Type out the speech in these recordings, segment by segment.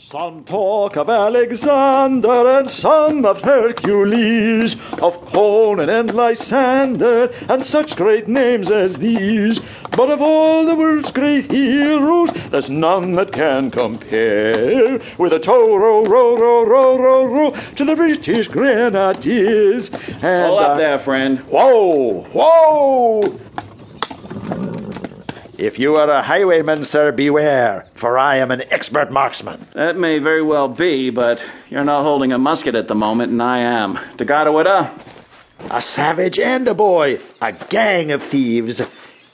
Some talk of Alexander and some of Hercules, of Conan and Lysander, and such great names as these. But of all the world's great heroes, there's none that can compare with a tow row, row, row, row, row, row to the British Grenadiers. And Hold up I- there, friend. Whoa! Whoa! If you are a highwayman, sir, beware, for I am an expert marksman. That may very well be, but you're not holding a musket at the moment, and I am. Tagadawada? A savage and a boy, a gang of thieves.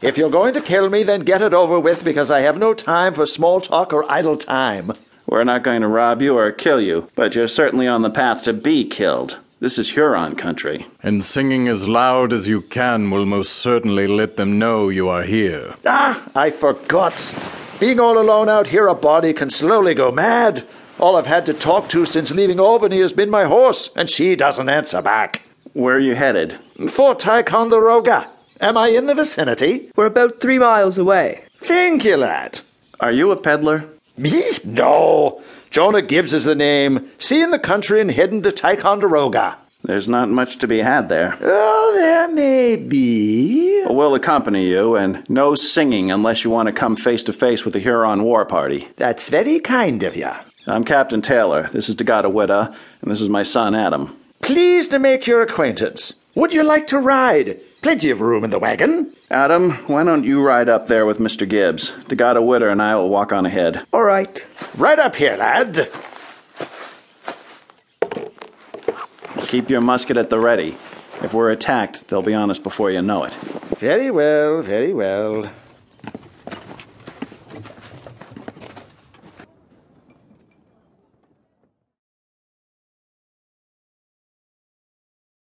If you're going to kill me, then get it over with, because I have no time for small talk or idle time. We're not going to rob you or kill you, but you're certainly on the path to be killed. This is Huron country. And singing as loud as you can will most certainly let them know you are here. Ah, I forgot. Being all alone out here, a body can slowly go mad. All I've had to talk to since leaving Albany has been my horse, and she doesn't answer back. Where are you headed? For Ticonderoga. Am I in the vicinity? We're about three miles away. Thank you, lad. Are you a peddler? Me? No. Jonah Gibbs is the name. Seeing the country and heading to Ticonderoga. There's not much to be had there. Oh, there may be. We'll accompany you, and no singing unless you want to come face to face with the Huron war party. That's very kind of you. I'm Captain Taylor. This is Tagadawada, and this is my son Adam. Pleased to make your acquaintance. Would you like to ride? Plenty of room in the wagon. Adam, why don't you ride up there with Mr. Gibbs? Tagadawada and I will walk on ahead. All right. Right up here, lad. Keep your musket at the ready. If we're attacked, they'll be on us before you know it. Very well, very well.